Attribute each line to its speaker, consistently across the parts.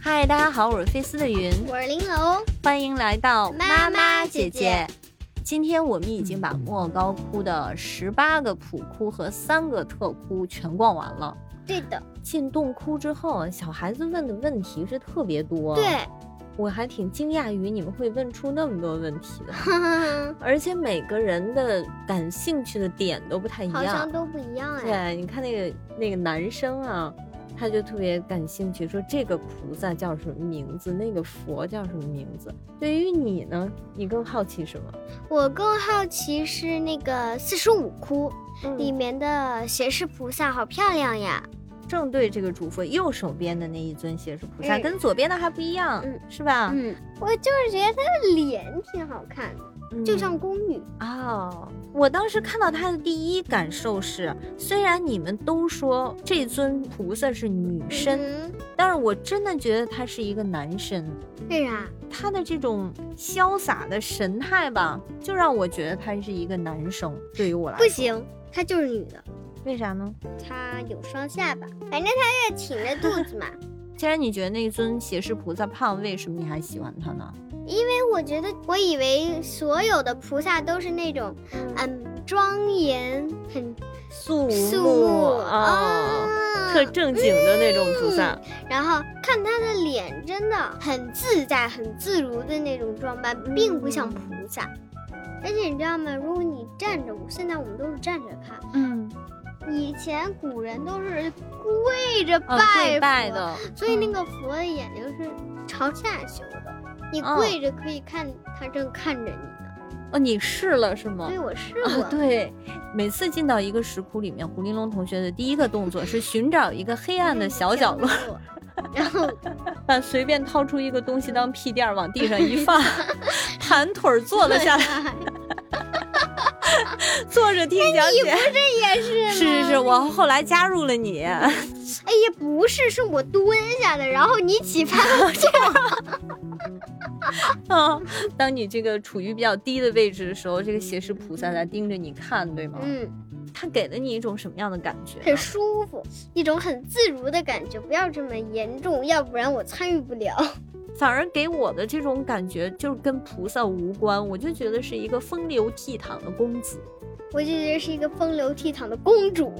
Speaker 1: 嗨，大家好，我是菲斯的云，
Speaker 2: 我是玲珑。
Speaker 1: 欢迎来到
Speaker 2: 妈妈
Speaker 1: 姐
Speaker 2: 姐姐
Speaker 1: 今天我们已经把莫高窟的十八个普窟和三个特窟全逛完了。
Speaker 2: 对的，
Speaker 1: 进洞窟之后，啊小孩子问的问题是特别多，啊
Speaker 2: 对，
Speaker 1: 我还挺惊讶于你们会问出那么多问题的，
Speaker 2: 哈哈，
Speaker 1: 而且每个人的感兴趣的点都不太一
Speaker 2: 好像
Speaker 1: 样。
Speaker 2: 都不一样哎。
Speaker 1: 对，你看那个那个男生啊，他就特别感兴趣，说这个菩萨叫什么名字，那个佛叫什么名字。对于你呢，你更好奇什么？
Speaker 2: 我更好奇是那个四十五窟里
Speaker 1: 你
Speaker 2: 面的胁侍菩萨，好漂亮呀！
Speaker 1: 正对这个主佛右手边的那一尊胁侍菩萨，
Speaker 2: 嗯
Speaker 1: 跟左边的还不一样，
Speaker 2: 嗯
Speaker 1: 是吧？
Speaker 2: 嗯，我就是觉得她的脸挺好看的，
Speaker 1: 嗯
Speaker 2: 就像宫女。
Speaker 1: 哦，我当时看到他的第一感受是，虽然你们都说这尊菩萨是女身，
Speaker 2: 嗯
Speaker 1: 但是我真的觉得他是一个男身。
Speaker 2: 为啥？
Speaker 1: 他的这种潇洒的神态吧，就让我觉得他是一个男生。对于我来
Speaker 2: 不
Speaker 1: 说，
Speaker 2: 行，她就是女的，
Speaker 1: 为啥呢？
Speaker 2: 她有双下巴，反正她是挺着肚 子嘛。哎
Speaker 1: 既然你觉得那尊胁侍菩萨胖，为什么你还喜欢他呢？
Speaker 2: 因为我觉得，我以为所有的菩萨都是那种，嗯，庄严、很
Speaker 1: 肃
Speaker 2: 肃穆啊
Speaker 1: 穆哦，特正经的那种菩萨。
Speaker 2: 然后看他的脸，真的很自在、很自如的那种装扮，并不像菩萨。而且你知道吗？如果你站着，现在我们都是站着看，
Speaker 1: 嗯，
Speaker 2: 以前古人都是跪着
Speaker 1: 哦，
Speaker 2: 拜
Speaker 1: 跪拜
Speaker 2: 佛，
Speaker 1: 的，
Speaker 2: 所以那
Speaker 1: 嗯
Speaker 2: 个佛的眼睛是朝下修的。你
Speaker 1: 哦
Speaker 2: 跪着可以看他正看着你呢，
Speaker 1: 哦，你试了是吗
Speaker 2: 所以？我试
Speaker 1: 啊
Speaker 2: 过。
Speaker 1: 对，每次进到一个石窟里面，胡玲珑同学的第一个动作是寻找一个黑暗的小角落，
Speaker 2: 落，然后
Speaker 1: 啊， 随便掏出一个东西当屁垫儿往地上一放，盘腿儿坐了下来，坐着听
Speaker 2: 哎
Speaker 1: 讲解。
Speaker 2: 也是
Speaker 1: 是是是，我后来加入了你，
Speaker 2: 哎呀，不是，是我蹲下的，然后你 起翻了这样。
Speaker 1: 啊，当你这个处于比较低的位置的时候，这个胁侍菩萨在盯着你看，对吗？
Speaker 2: 嗯，
Speaker 1: 他给了你一种什么样的感觉
Speaker 2: 很
Speaker 1: 呢？
Speaker 2: 舒服，一种很自如的感觉。不要这么严重，要不然我参与不了。
Speaker 1: 反而给我的这种感觉就是跟菩萨无关，我就觉得是一个风流倜傥的公子。
Speaker 2: 我就觉得是一个风流倜傥的 公主。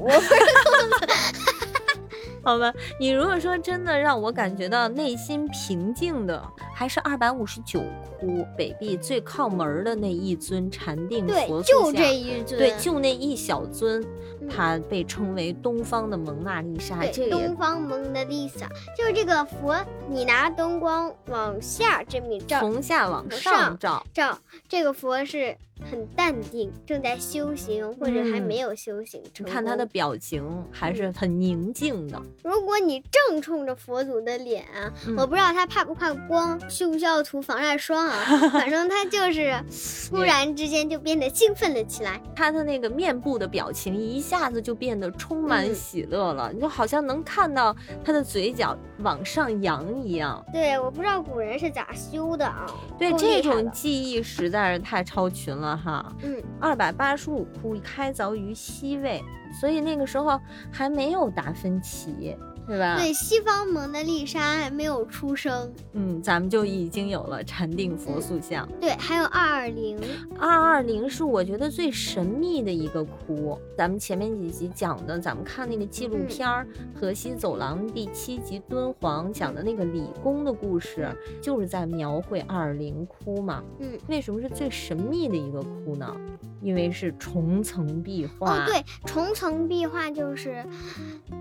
Speaker 1: 好吧，你如果说真的让我感觉到内心平静的，还是二百五十九窟北壁最靠门儿的那一尊禅定
Speaker 2: 对
Speaker 1: 佛，塑
Speaker 2: 就
Speaker 1: 像
Speaker 2: 这一尊。
Speaker 1: 对，就那一小尊，
Speaker 2: 嗯
Speaker 1: 它被称为东方的蒙娜丽莎，这
Speaker 2: 对，
Speaker 1: 个也
Speaker 2: 东方蒙娜丽莎就是这个佛，你拿灯光往下这么一照
Speaker 1: 从下往
Speaker 2: 从
Speaker 1: 上
Speaker 2: 上
Speaker 1: 照，
Speaker 2: 照，这个佛是很淡定，正在修行或者还
Speaker 1: 嗯
Speaker 2: 没有修行
Speaker 1: 你
Speaker 2: 成功。嗯
Speaker 1: 看他的表情还是很宁静的。
Speaker 2: 如果你正冲着佛祖的脸啊，
Speaker 1: 嗯
Speaker 2: 我不知道他怕不怕光，需不需要涂防晒 霜啊，反正他就是突然之间就变得兴奋了起来。
Speaker 1: 他的那个面部的表情一下子就变得充满
Speaker 2: 嗯
Speaker 1: 喜乐了，你就好像能看到他的嘴角往上扬一样。
Speaker 2: 对，我不知道古人是咋修的啊，
Speaker 1: 对，
Speaker 2: 够
Speaker 1: 这
Speaker 2: 厉害
Speaker 1: 种
Speaker 2: 的
Speaker 1: 技艺实在是太超群了哈。
Speaker 2: 嗯，
Speaker 1: 二百八十五窟开凿于西魏，所以那个时候还没有达芬奇，对吧？
Speaker 2: 对，西方蒙娜丽莎还没有出生，
Speaker 1: 嗯，咱们就已经有了禅定
Speaker 2: 嗯
Speaker 1: 佛塑像。
Speaker 2: 对，还有二二零，
Speaker 1: 二二零是我觉得最神秘的一个窟。咱们前面几集讲的，咱们看那个纪
Speaker 2: 嗯
Speaker 1: 录片儿《河西走廊》第七集敦煌讲的那个李公的故事，就是在描绘二二零窟嘛。
Speaker 2: 嗯，
Speaker 1: 为什么是最神秘的一个窟呢？因为是重层壁画。
Speaker 2: 哦，对，重层壁画就是，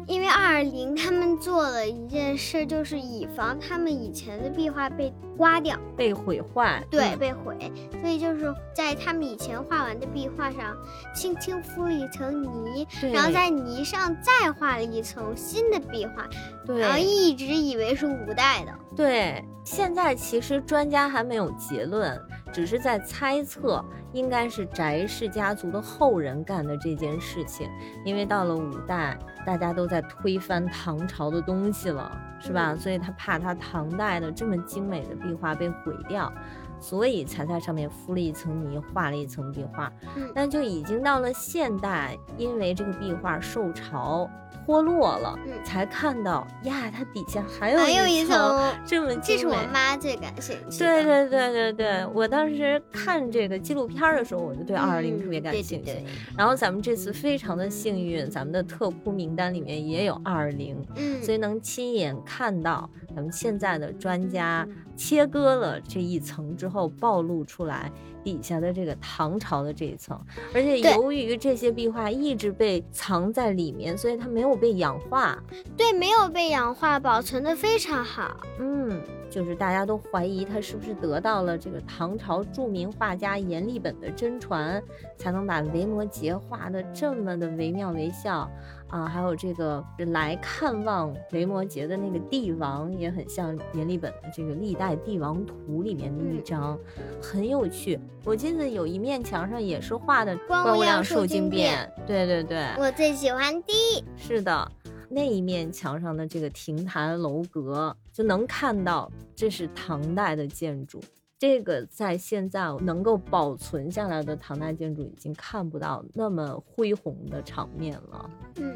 Speaker 2: 因为二二零他们做了一件事，就是以防他们以前的壁画被刮掉。
Speaker 1: 被毁坏。
Speaker 2: 对，
Speaker 1: 嗯
Speaker 2: 被毁，所以就是在他们以前画完的壁画上，轻轻敷了一层泥，
Speaker 1: 嗯对
Speaker 2: 然后在泥上再画了一层新的壁画，然后
Speaker 1: 对
Speaker 2: 一直以为是五代的。
Speaker 1: 对，现在其实专家还没有结论，只是在猜测，应该是翟氏家族的后人干的这件事情，因为到了五代，大家都在推翻唐朝的东西了，是吧？所以他怕他唐代的这么精美的壁画被毁掉。所以才在上面敷了一层泥，画了一层壁画。
Speaker 2: 嗯
Speaker 1: 但就已经到了现代，因为这个壁画受潮脱落了，
Speaker 2: 嗯
Speaker 1: 才看到呀，它底下还有
Speaker 2: 还有
Speaker 1: 哎
Speaker 2: 一
Speaker 1: 一
Speaker 2: 层，
Speaker 1: 这么
Speaker 2: 这
Speaker 1: 精
Speaker 2: 是我
Speaker 1: 美
Speaker 2: 妈最感兴趣的。嗯
Speaker 1: 对对对对对，我当时看这个纪录片儿的时候，我就对
Speaker 2: 嗯，
Speaker 1: 二二零特别感
Speaker 2: 对
Speaker 1: 兴趣。
Speaker 2: 对对
Speaker 1: 然后咱们这次非常的幸运，咱们的特库名单里面也有二二零，
Speaker 2: 嗯，
Speaker 1: 所以能亲眼看到咱们现在的专家切割了这一层之后，暴露出来底下的这个唐朝的这一层。而且
Speaker 2: 对
Speaker 1: 由于这些壁画一直被藏在里面，所以它没有被氧化。
Speaker 2: 对，没有被氧化，保存的非常好。
Speaker 1: 嗯，就是大家都怀疑他是不是得到了这个唐朝著名画家阎立本的真传，才能把维摩诘画的这么的惟妙惟肖啊。还有这个来看望维摩诘的那个帝王，也很像阎立本的这个《历代帝王图》里面的一
Speaker 2: 嗯
Speaker 1: 张，很有趣。我记得有一面墙上也是画的
Speaker 2: 光
Speaker 1: 关
Speaker 2: 无
Speaker 1: 无
Speaker 2: 量
Speaker 1: 量
Speaker 2: 寿
Speaker 1: 寿
Speaker 2: 经
Speaker 1: 经变，对对对，
Speaker 2: 我最喜欢第一，
Speaker 1: 是的，那一面墙上的这个亭台楼阁，就能看到这是唐代的建筑。这个在现在能够保存下来的唐代建筑已经看不到那么恢宏的场面了。
Speaker 2: 嗯，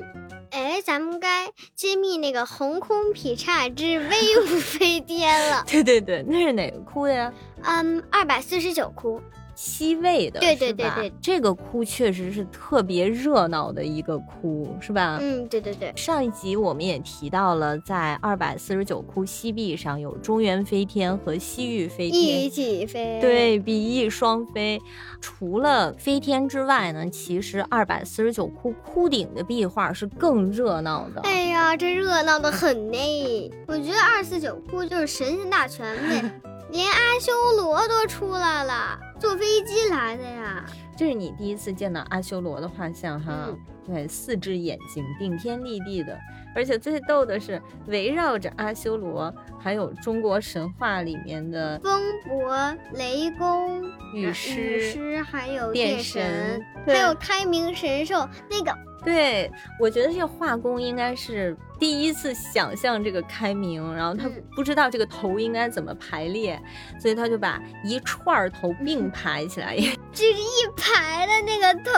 Speaker 2: 哎，咱们该揭秘那个红空劈叉之威武飞天了。
Speaker 1: 对对对，那是哪个窟的呀？
Speaker 2: 嗯，二百四十九窟，
Speaker 1: 西魏的，
Speaker 2: 对对
Speaker 1: 是吧
Speaker 2: 对对，
Speaker 1: 这个窟确实是特别热闹的一个窟，是吧？
Speaker 2: 嗯，对对对，
Speaker 1: 上一集我们也提到了，在二百四十九窟西壁上有中原飞天和西域飞天，
Speaker 2: 一起飞，，
Speaker 1: 对，比翼双飞。除了飞天之外呢，其实二百四十九窟窟顶的壁画是更热闹的。
Speaker 2: 哎呀，这热闹的很呢。我觉得二四九窟就是神仙大全 呗，连阿修罗都出来了，坐飞机来的呀。
Speaker 1: 这是你第一次见到阿修罗的画像哈。
Speaker 2: 嗯
Speaker 1: 对，四只眼睛顶天立地的，而且最逗的是，围绕着阿修罗，还有中国神话里面的
Speaker 2: 风伯、雷公、
Speaker 1: 雨
Speaker 2: 雨
Speaker 1: 师、
Speaker 2: 师还有
Speaker 1: 电
Speaker 2: 电
Speaker 1: 神
Speaker 2: 神，，还
Speaker 1: 对
Speaker 2: 有开明神兽那个
Speaker 1: 对，我觉得这画工应该是第一次想象这个开明，然后他
Speaker 2: 嗯
Speaker 1: 不知道这个头应该怎么排列，所以他就把一串儿头并排起来，
Speaker 2: 一排的那个头。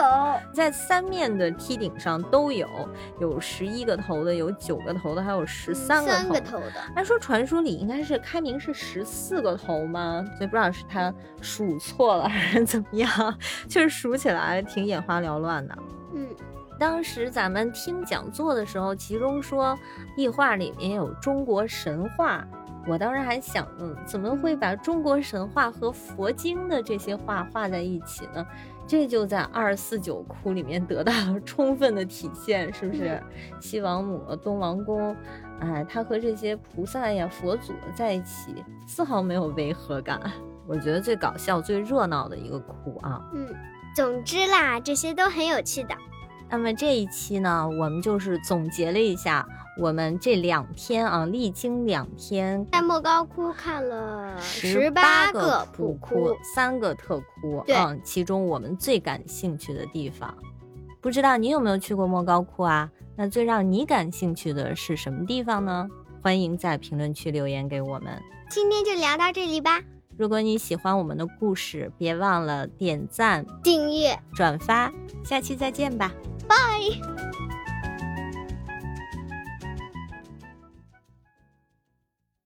Speaker 1: 在三面的梯顶上都有，有十一个头的，有九个头的，还有十三个
Speaker 2: 三
Speaker 1: 头的。
Speaker 2: 个头的，
Speaker 1: 按说传说里应该是开明是十四个头吗？所以不知道是他数错了还是怎么样， 就是数起来挺眼花缭乱的。
Speaker 2: 嗯，
Speaker 1: 当时咱们听讲座的时候，其中说壁画里面有中国神话，我当时还想，嗯，怎么会把中国神话和佛经的这些画画在一起呢？这就在二四九窟里面得到了充分的体现，是不是？西王母、东王公，哎，他和这些菩萨呀、佛祖在一起，丝毫没有违和感。我觉得最搞笑、最热闹的一个窟啊。
Speaker 2: 嗯，总之啦，这些都很有趣的。
Speaker 1: 那么这一期呢，我们就是总结了一下我们这两天啊，历经两天，
Speaker 2: 在莫高窟看了
Speaker 1: 八
Speaker 2: 八个
Speaker 1: 普
Speaker 2: 窟，，
Speaker 1: 三个特窟，
Speaker 2: 对
Speaker 1: 嗯，其中我们最感兴趣的地方，不知道你有没有去过莫高窟啊？那最让你感兴趣的是什么地方呢？欢迎在评论区留言给我们。
Speaker 2: 今天就聊到这里吧。
Speaker 1: 如果你喜欢我们的故事，别忘了点赞、
Speaker 2: 订阅。
Speaker 1: 转发，下期再见吧。
Speaker 2: Bye.